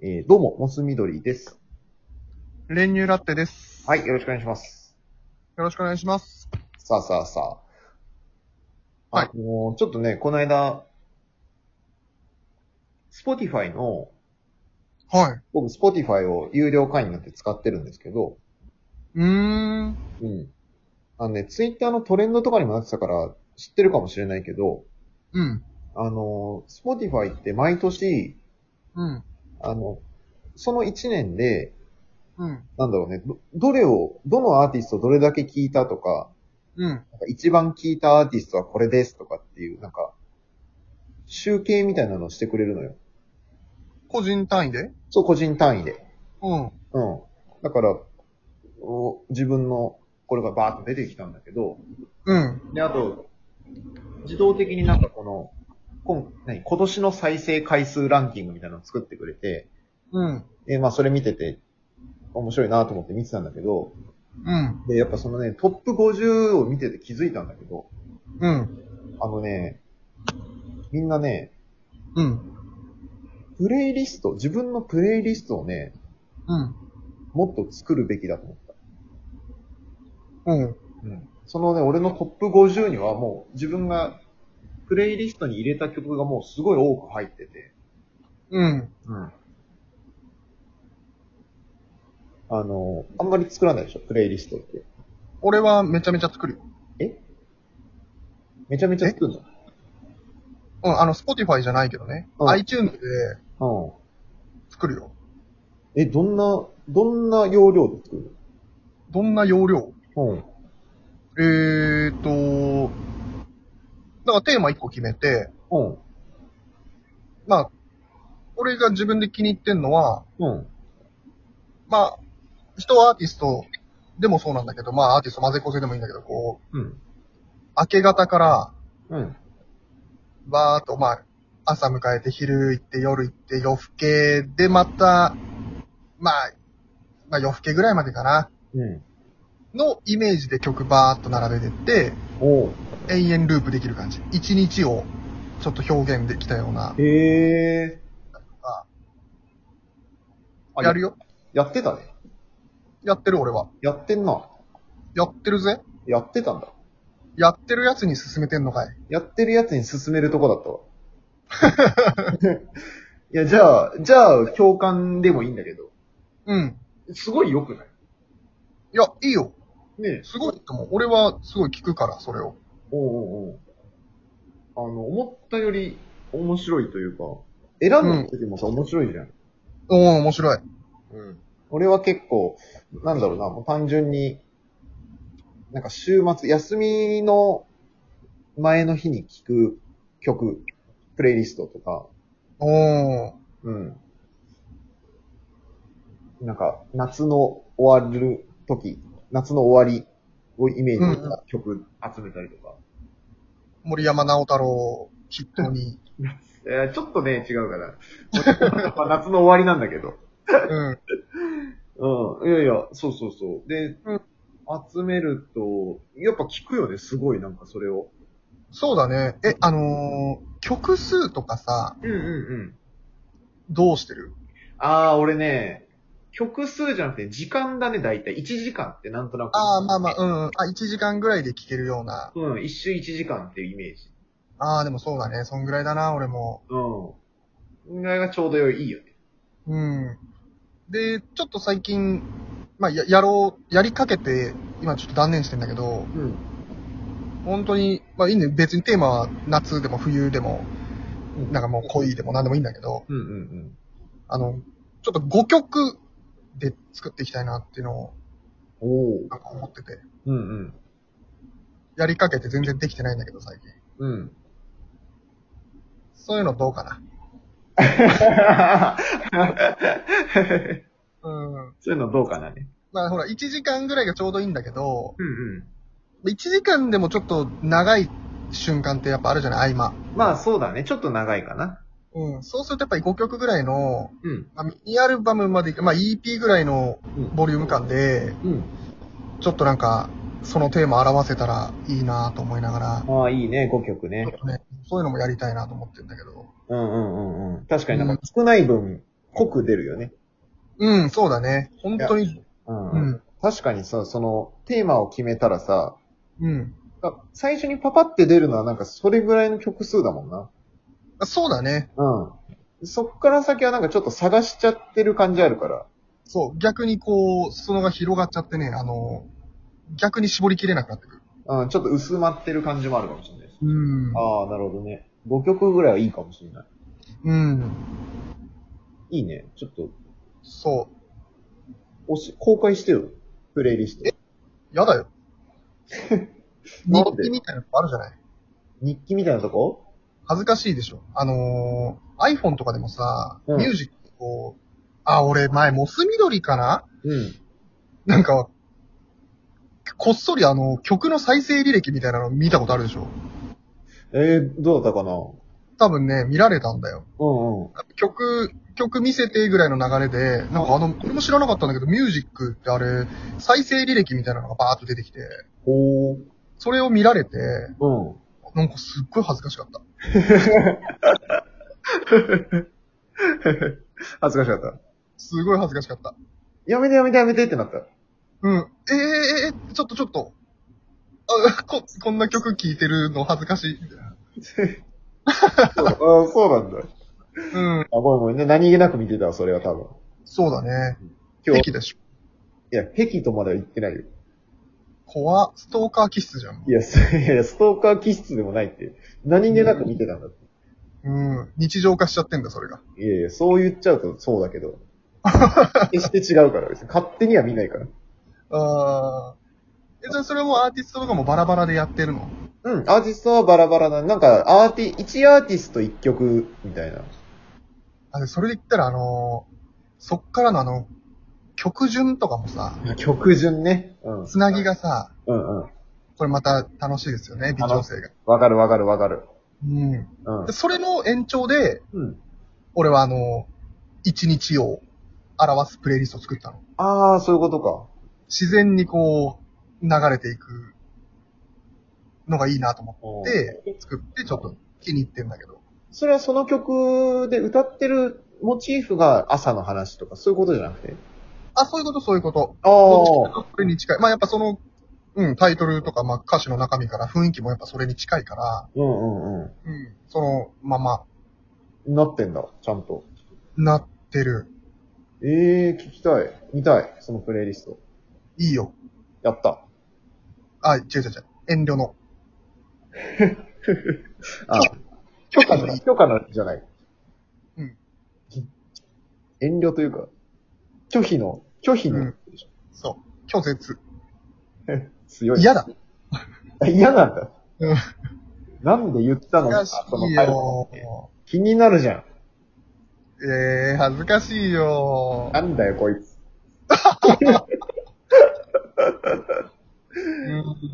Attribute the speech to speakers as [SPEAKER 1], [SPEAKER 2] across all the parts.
[SPEAKER 1] えー、どうも、モス緑です。
[SPEAKER 2] 練乳ラッテです。
[SPEAKER 1] はい、よろしくお願いします。
[SPEAKER 2] よろしくお願いします。
[SPEAKER 1] さあさあさあ。
[SPEAKER 2] はい
[SPEAKER 1] あのーちょっとね、この間、Spotify の、
[SPEAKER 2] はい。
[SPEAKER 1] 僕 Spotify を有料会員になって使ってるんですけど、
[SPEAKER 2] うーん。
[SPEAKER 1] うん。あのね、Twitter のトレンドとかにもなってたから知ってるかもしれないけど、
[SPEAKER 2] うん。
[SPEAKER 1] あのー、Spotify って毎年、
[SPEAKER 2] うん。
[SPEAKER 1] あの、その1年で、
[SPEAKER 2] うん。
[SPEAKER 1] なんだろうね、どどれを、どのアーティストをどれだけ聞いたとか、
[SPEAKER 2] うん。
[SPEAKER 1] なんか一番聴いたアーティストはこれですとかっていう、なんか、集計みたいなのをしてくれるのよ。
[SPEAKER 2] 個人単位で
[SPEAKER 1] そう、個人単位で。
[SPEAKER 2] う
[SPEAKER 1] う
[SPEAKER 2] ん。
[SPEAKER 1] ん。だから、お自分の、これがバーッと出てきたんだけど、
[SPEAKER 2] うん。
[SPEAKER 1] で、あと、自動的になんかこの、今何今年の再生回数ランキングみたいなのを作ってくれて、
[SPEAKER 2] うん。
[SPEAKER 1] で、まあそれ見てて、面白いなと思って見てたんだけど、
[SPEAKER 2] うん。
[SPEAKER 1] で、やっぱそのね、トップ50を見てて気づいたんだけど、
[SPEAKER 2] うん。
[SPEAKER 1] あのね、みんなね、
[SPEAKER 2] うん。
[SPEAKER 1] プレイリスト、自分のプレイリストをね、
[SPEAKER 2] うん。
[SPEAKER 1] もっと作るべきだと思った。
[SPEAKER 2] うん。
[SPEAKER 1] うん。そのね、俺のトップ50にはもう自分がプレイリストに入れた曲がもうすごい多く入ってて。
[SPEAKER 2] うん。
[SPEAKER 1] うん。あの、あんまり作らないでしょ、プレイリストって。
[SPEAKER 2] 俺はめちゃめちゃ作るよ。
[SPEAKER 1] めちゃめちゃ作る
[SPEAKER 2] うん。あの、Spotify じゃないけどね。
[SPEAKER 1] うん
[SPEAKER 2] iTunes で
[SPEAKER 1] の。
[SPEAKER 2] 作るよ。
[SPEAKER 1] うん。え、どんな、どんな容量で作る
[SPEAKER 2] どんな容量
[SPEAKER 1] うん。
[SPEAKER 2] えーと、だからテーマ1個決めて、
[SPEAKER 1] うん。
[SPEAKER 2] まあ、俺が自分で気に入ってんのは、
[SPEAKER 1] うん。
[SPEAKER 2] まあ、人アーティストでもそうなんだけど、まあアーティスト混ぜこぜでもいいんだけど、こう、
[SPEAKER 1] うん。
[SPEAKER 2] 明け方から、
[SPEAKER 1] うん。
[SPEAKER 2] わーっと、まあ、朝迎えて昼行って夜行って夜更けでまた、まあ、まあ夜更けぐらいまでかな、
[SPEAKER 1] うん。
[SPEAKER 2] のイメージで曲バーっと並べてって、
[SPEAKER 1] おう。
[SPEAKER 2] 永遠ループできる感じ。一日をちょっと表現できたような。
[SPEAKER 1] へえ。
[SPEAKER 2] あ
[SPEAKER 1] あ
[SPEAKER 2] やるよ。
[SPEAKER 1] やってたね。
[SPEAKER 2] やってる俺は。
[SPEAKER 1] やってんな。
[SPEAKER 2] やってるぜ。
[SPEAKER 1] やってたんだ。
[SPEAKER 2] やってるやつに進めてんのかい。
[SPEAKER 1] やってるやつに勧めるとこだったわ。 いや、じゃあ、じゃあ、共感でもいいんだけど。
[SPEAKER 2] うん。
[SPEAKER 1] すごい良くない
[SPEAKER 2] いや、いいよ。
[SPEAKER 1] ねえ。
[SPEAKER 2] すごいと思う。俺はすごい聞くから、それを。
[SPEAKER 1] おうおうおうあの、思ったより面白いというか、選んだ時もさ、面白いじゃん。
[SPEAKER 2] おー、面白い。
[SPEAKER 1] うん。俺は結構、なんだろうな、もう単純に、なんか週末、休みの前の日に聴く曲、プレイリストとか、
[SPEAKER 2] おー。
[SPEAKER 1] うん。なんか、夏の終わる時、夏の終わりをイメージした曲集めたりとか。
[SPEAKER 2] 森山直太郎筆頭 に。
[SPEAKER 1] えーちょっとね、違うかな。まあ夏の終わりなんだけど。
[SPEAKER 2] うん。
[SPEAKER 1] うん。いやいや、そうそうそう。で、
[SPEAKER 2] うん
[SPEAKER 1] 集めると、やっぱ聞くよね、すごい、なんかそれを。
[SPEAKER 2] そうだね。え、あのー曲数とかさ、
[SPEAKER 1] うんうんうん。
[SPEAKER 2] どうしてる
[SPEAKER 1] あー、俺ね、曲数じゃなくて時間だね、だいたい。1時間ってなんとなく。
[SPEAKER 2] ああ、まあまあ、うん。あ、1時間ぐらいで聴けるような。
[SPEAKER 1] うん、一周1時間っていうイメージ。
[SPEAKER 2] ああ、でもそうだね。そんぐらいだな、俺も。
[SPEAKER 1] うん。あれがちょうどよい、いいよね。
[SPEAKER 2] うん。で、ちょっと最近、まあ、や、やろう、やりかけて、今ちょっと断念してんだけ
[SPEAKER 1] う
[SPEAKER 2] ど、
[SPEAKER 1] ん。
[SPEAKER 2] 本当に、まあいいね。別にテーマは夏でも冬でも、なんかもう恋でも何でもいいんだけど、
[SPEAKER 1] うんうん
[SPEAKER 2] あの、ちょっと5曲で作っていきたいなっていうのを、
[SPEAKER 1] うん。お
[SPEAKER 2] なんか思ってて。
[SPEAKER 1] うんうん。
[SPEAKER 2] やりかけて全然できてないんだけど、最近。
[SPEAKER 1] うん。
[SPEAKER 2] そういうのどうかな。うん。
[SPEAKER 1] そういうのどうかなね。
[SPEAKER 2] まあほら、1時間ぐらいがちょうどいいんだけど、
[SPEAKER 1] うん
[SPEAKER 2] 1時間でもちょっと長い瞬間ってやっぱあるじゃない合間。
[SPEAKER 1] うん。まあそうだね。ちょっと長いかな。
[SPEAKER 2] うん。そうするとやっぱり5曲ぐらいの、
[SPEAKER 1] うん。
[SPEAKER 2] まあ、ミニアルバムまで、まあ EP ぐらいの
[SPEAKER 1] うん
[SPEAKER 2] ボリューム感で、
[SPEAKER 1] うん。
[SPEAKER 2] ちょっとなんか、そのテーマ表せたらいいなと思いながら、
[SPEAKER 1] ああ、いいね。5曲ね
[SPEAKER 2] ちょ。っとね、そういうのもやりたいなと思ってんだけど。
[SPEAKER 1] うんうんうんうん。確かになんか少ない分、濃く出るよね。
[SPEAKER 2] うん、そうだね。本当に。
[SPEAKER 1] うん。
[SPEAKER 2] うん。
[SPEAKER 1] 確かにさ、その、テーマを決めたらさ、
[SPEAKER 2] うん。
[SPEAKER 1] あ最初にパパって出るのはなんかそれぐらいの曲数だもんな。
[SPEAKER 2] あそうだね。
[SPEAKER 1] うん。そっから先はなんかちょっと探しちゃってる感じあるから。
[SPEAKER 2] そう。逆にこう、裾野が広がっちゃってね、あの、逆に絞りきれなくなってくる。
[SPEAKER 1] うん、ちょっと薄まってる感じもあるかもしれないです。
[SPEAKER 2] うん
[SPEAKER 1] ああ、なるほどね。5曲ぐらいはいいかもしれない。
[SPEAKER 2] うん。
[SPEAKER 1] いいね。ちょっと、
[SPEAKER 2] そ
[SPEAKER 1] おし、公開してよ。プレイリスト。
[SPEAKER 2] う。やだよ。
[SPEAKER 1] な
[SPEAKER 2] 日
[SPEAKER 1] んで
[SPEAKER 2] 記みたいなのあるじゃない
[SPEAKER 1] 日記みたいなとこ
[SPEAKER 2] 恥ずかしいでしょ。あのー、iPhone とかでもさ、
[SPEAKER 1] うん
[SPEAKER 2] ミュージックこう、あ、俺前、モス緑かな
[SPEAKER 1] うん。
[SPEAKER 2] なんか、こっそりあの、曲の再生履歴みたいなの見たことあるでしょ
[SPEAKER 1] えー、どうだったかな
[SPEAKER 2] 多分ね、見られたんだよ。
[SPEAKER 1] うんうん。
[SPEAKER 2] 曲、曲見せてぐらいの流れで、なんかあの、これも知らなかったんだけど、ミュージックってあれ、再生履歴みたいなのがバーっと出てきて、
[SPEAKER 1] ほー。
[SPEAKER 2] それを見られて、
[SPEAKER 1] うん。
[SPEAKER 2] なんかすっごい恥ずかしかった。
[SPEAKER 1] 恥ずかしかった。
[SPEAKER 2] すごい恥ずかしかった。
[SPEAKER 1] やめてやめてやめてってなった。
[SPEAKER 2] うん。ええー、えーちょっとちょっと。あ、 こ、こんな曲聴いてるの恥ずかしい。
[SPEAKER 1] ああ、そうなんだ。
[SPEAKER 2] うん。
[SPEAKER 1] あ、ごめんごめんね。何気なく見てたわ、それは多分。
[SPEAKER 2] そうだね。
[SPEAKER 1] 今日、
[SPEAKER 2] 敵でしょ。
[SPEAKER 1] いや、壁とまでは言ってないよ。
[SPEAKER 2] 怖、ストーカー気質じゃん。
[SPEAKER 1] いや、すいやいや、ストーカー気質でもないって。何気なく見てたんだって。
[SPEAKER 2] うん。日常化しちゃってんだ、それが。
[SPEAKER 1] いやいや、そう言っちゃうとそうだけ ど。決して違うから、別に。勝手には見ないから。
[SPEAKER 2] あーえ、じゃあそれもアーティストとかもバラバラでやってるの
[SPEAKER 1] うん、アーティストはバラバラな。なんか、アーティ、1アーティスト1曲、みたいな。
[SPEAKER 2] あ、で、それで言ったら、あのーそっからのあの、曲順とかもさ、
[SPEAKER 1] 曲順ね。うん。
[SPEAKER 2] つなぎ。がさ、
[SPEAKER 1] うんうん。
[SPEAKER 2] これまた楽しいですよね、微調整が。
[SPEAKER 1] わかるわかるわかる。
[SPEAKER 2] うん。
[SPEAKER 1] うん
[SPEAKER 2] で、。それの延長で、
[SPEAKER 1] うん。
[SPEAKER 2] 俺はあのー一日を表すプレイリストを作ったの。
[SPEAKER 1] ああ、そういうことか。
[SPEAKER 2] 自然にこう、流れていくのがいいなと思って、作って、ちょっと気に入ってんだけど。
[SPEAKER 1] それはその曲で歌ってるモチーフが朝の話とか、そういうことじゃなくて
[SPEAKER 2] あ、そういうこと、そういうこと。
[SPEAKER 1] あ
[SPEAKER 2] どっち
[SPEAKER 1] あ
[SPEAKER 2] か。がそれに近い。まあやっぱその、うん、タイトルとか、まあ歌詞の中身から雰囲気もやっぱそれに近いから、
[SPEAKER 1] うんうんう
[SPEAKER 2] うん、そのまま
[SPEAKER 1] ん。なってんだ、ちゃんと。
[SPEAKER 2] なってる。
[SPEAKER 1] ええ聞きたい。見たい。そのプレイリスト。
[SPEAKER 2] いいよ。
[SPEAKER 1] やった。
[SPEAKER 2] あ、違う違う違う。遠慮の。
[SPEAKER 1] あ許可の、許可のじゃない。
[SPEAKER 2] うん。
[SPEAKER 1] 遠慮というか、拒否の、拒否
[SPEAKER 2] う
[SPEAKER 1] の
[SPEAKER 2] ん、そう。拒絶。
[SPEAKER 1] 強い。
[SPEAKER 2] 嫌だ。
[SPEAKER 1] あ 嫌なんだ。
[SPEAKER 2] うん
[SPEAKER 1] なんで言ったの
[SPEAKER 2] 恥ず
[SPEAKER 1] か
[SPEAKER 2] かしいよ。
[SPEAKER 1] 気になるじゃん。
[SPEAKER 2] えー、恥ずかしいよ。
[SPEAKER 1] なんだよ、こいつ。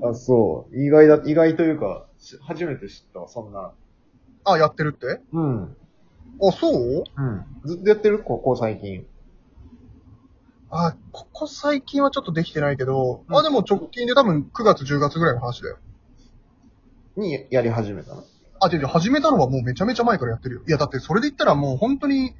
[SPEAKER 2] うん
[SPEAKER 1] あ、そう。意外だ、意外というか、し初めて知ったわ、そんな。
[SPEAKER 2] あ、やってるって
[SPEAKER 1] うん。
[SPEAKER 2] あ、そう
[SPEAKER 1] うん。ずっとやってるここ最近。
[SPEAKER 2] あ、ここ最近はちょっとできてないけど、
[SPEAKER 1] うん
[SPEAKER 2] あ、でも直近で多分9月10月ぐらいの話だよ。
[SPEAKER 1] にやり始めたの。
[SPEAKER 2] あ、違う違う、始めたのはもうめちゃめちゃ前からやってるよ。いや、だってそれで言ったらもう本当に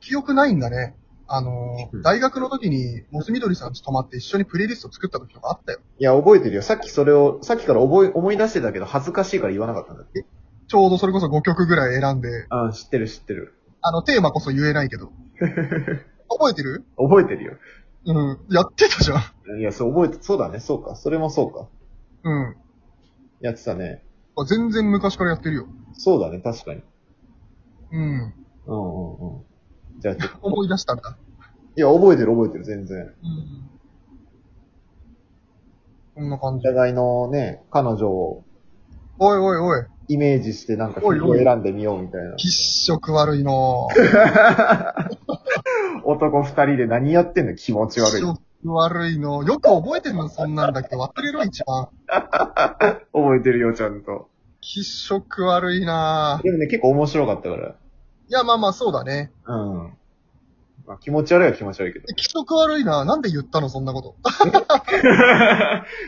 [SPEAKER 2] 記憶ないんだね。あの
[SPEAKER 1] うん
[SPEAKER 2] ー、大学の時に、モスみどりさんち泊まって一緒にプレイリスト作った時とかあったよ。
[SPEAKER 1] いや、覚えてるよ。さっきそれを、さっきから覚え、思い出してたけど、恥ずかしいから言わなかったんだって。
[SPEAKER 2] ちょうどそれこそ5曲ぐらい選んで、
[SPEAKER 1] あ、知ってる知ってる。
[SPEAKER 2] あの、テーマこそ言えな いけど。覚えてる
[SPEAKER 1] 覚えてるよ。
[SPEAKER 2] うん。やってたじゃん。
[SPEAKER 1] いや、そう覚えて、そうだね、そうか。それもそうか。
[SPEAKER 2] うん
[SPEAKER 1] やってたね。
[SPEAKER 2] あ。全然昔からやってるよ。
[SPEAKER 1] そうだね、確かに。
[SPEAKER 2] う
[SPEAKER 1] う
[SPEAKER 2] ん。
[SPEAKER 1] んうんうん。じゃあ、ちょっと
[SPEAKER 2] 思い出したんだ。
[SPEAKER 1] いや、覚えてる覚えてる、全然。
[SPEAKER 2] うん。こんな感
[SPEAKER 1] お
[SPEAKER 2] じ。
[SPEAKER 1] 互いのね、彼女を
[SPEAKER 2] おいおいおい。
[SPEAKER 1] イメージしてなんか曲を選んでみようみたいな。
[SPEAKER 2] 喫色悪いなぁ。
[SPEAKER 1] 男二人で何やってんの気持ち悪い。
[SPEAKER 2] 気持ち悪いの。よく覚えてるの、そんなんだけど。忘れろ、一番。
[SPEAKER 1] 覚えてるよ、ちゃんと。
[SPEAKER 2] 気色悪いなぁ。
[SPEAKER 1] でもね、結構面白かったから。
[SPEAKER 2] いや、まあまあ、そうだね。
[SPEAKER 1] うん。まあ、気持ち悪いは気持ち悪いけど。
[SPEAKER 2] 気色悪いなぁ。なんで言ったの、そんなこと。
[SPEAKER 1] い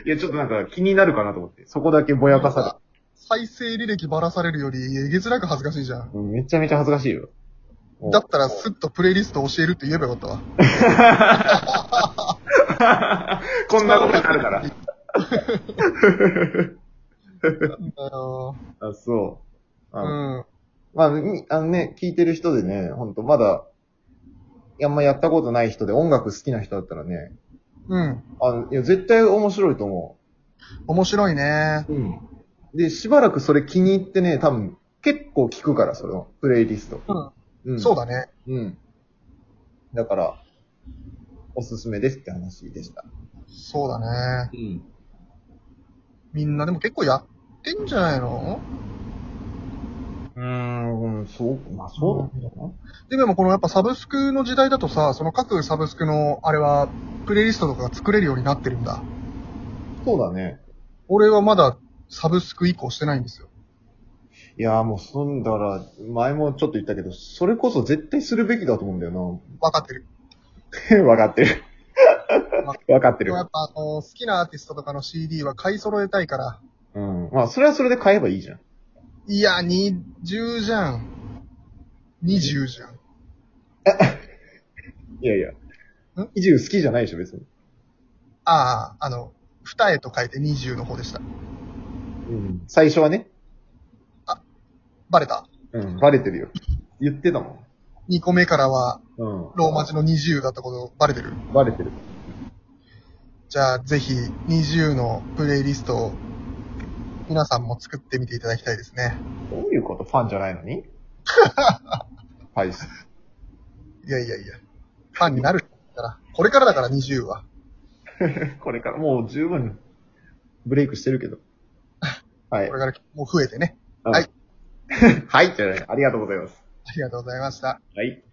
[SPEAKER 1] や、ちょっとなんか気になるかなと思って。そこだけぼやかさ
[SPEAKER 2] 再生履歴ばらされるより、えげつなく恥ずかしいじゃん。
[SPEAKER 1] れた。うんめちゃめちゃ恥ずかしいよ。うん
[SPEAKER 2] だったらすっとプレイリスト教えるって言えばよかったわ。
[SPEAKER 1] こんなことになる から。
[SPEAKER 2] なんだよ
[SPEAKER 1] あ、そう。
[SPEAKER 2] う
[SPEAKER 1] あ
[SPEAKER 2] ん。
[SPEAKER 1] まあ、みあのね、聞いてる人でね、ほんとまだ、あんまやったことない人で音楽好きな人だったらね、
[SPEAKER 2] うん。
[SPEAKER 1] あのいや、絶対面白いと思
[SPEAKER 2] 面白いね。
[SPEAKER 1] う。うん。で、しばらくそれ気に入ってね、多分、結構聞くから、その、プレイリスト。
[SPEAKER 2] うん。
[SPEAKER 1] うん。
[SPEAKER 2] そうだね。
[SPEAKER 1] うん。だから、おすすめですって話でした。
[SPEAKER 2] そうだ
[SPEAKER 1] う
[SPEAKER 2] ね。
[SPEAKER 1] ん。
[SPEAKER 2] みんなでも結構やってんじゃないの
[SPEAKER 1] うーん、そう、まあそうなんだよ
[SPEAKER 2] ででもこのやっぱサブスクの時代だとさ、その各サブスクのあれは、プレイリストとかが作れるようになってるんだ。
[SPEAKER 1] な。そうだね。
[SPEAKER 2] 俺はまだサブスク移行してないんですよ。
[SPEAKER 1] いやーもうそんだから、前もちょっと言ったけど、それこそ絶対するべきだと思うんだよ
[SPEAKER 2] わかってる。
[SPEAKER 1] な。 わかってる。わかって
[SPEAKER 2] で
[SPEAKER 1] る
[SPEAKER 2] もや。っぱあの、好きなアーティストとかの CD は買い揃えたいから。
[SPEAKER 1] うん。まあ、それはそれで買えばいいじゃん。
[SPEAKER 2] いや、20じゃん。20じゃん。
[SPEAKER 1] いやいや
[SPEAKER 2] ん。
[SPEAKER 1] 移住好きじゃないでしょ、別に。
[SPEAKER 2] ああ、あの、二重と書いて20の方でした。
[SPEAKER 1] うん。最初はね。
[SPEAKER 2] バレた
[SPEAKER 1] うん。バレてるよ。言ってたも
[SPEAKER 2] ?2 個目からは
[SPEAKER 1] ん。うん。
[SPEAKER 2] ローマ字の20だったことバレてる
[SPEAKER 1] バレてる。
[SPEAKER 2] じゃあ、ぜひ、20のプレイリストを、皆さんも作ってみていただきたいですね。
[SPEAKER 1] どういうことファンじゃないの にはい。
[SPEAKER 2] いやいやいや。ファンになるから。これからだから20は。
[SPEAKER 1] これからもう十分ブレイクしてるけ ど。はい
[SPEAKER 2] こ。れからもう増えてね。
[SPEAKER 1] うん
[SPEAKER 2] はい。
[SPEAKER 1] はい、じゃあねありがとうございます。
[SPEAKER 2] ありがとうございました。
[SPEAKER 1] はい。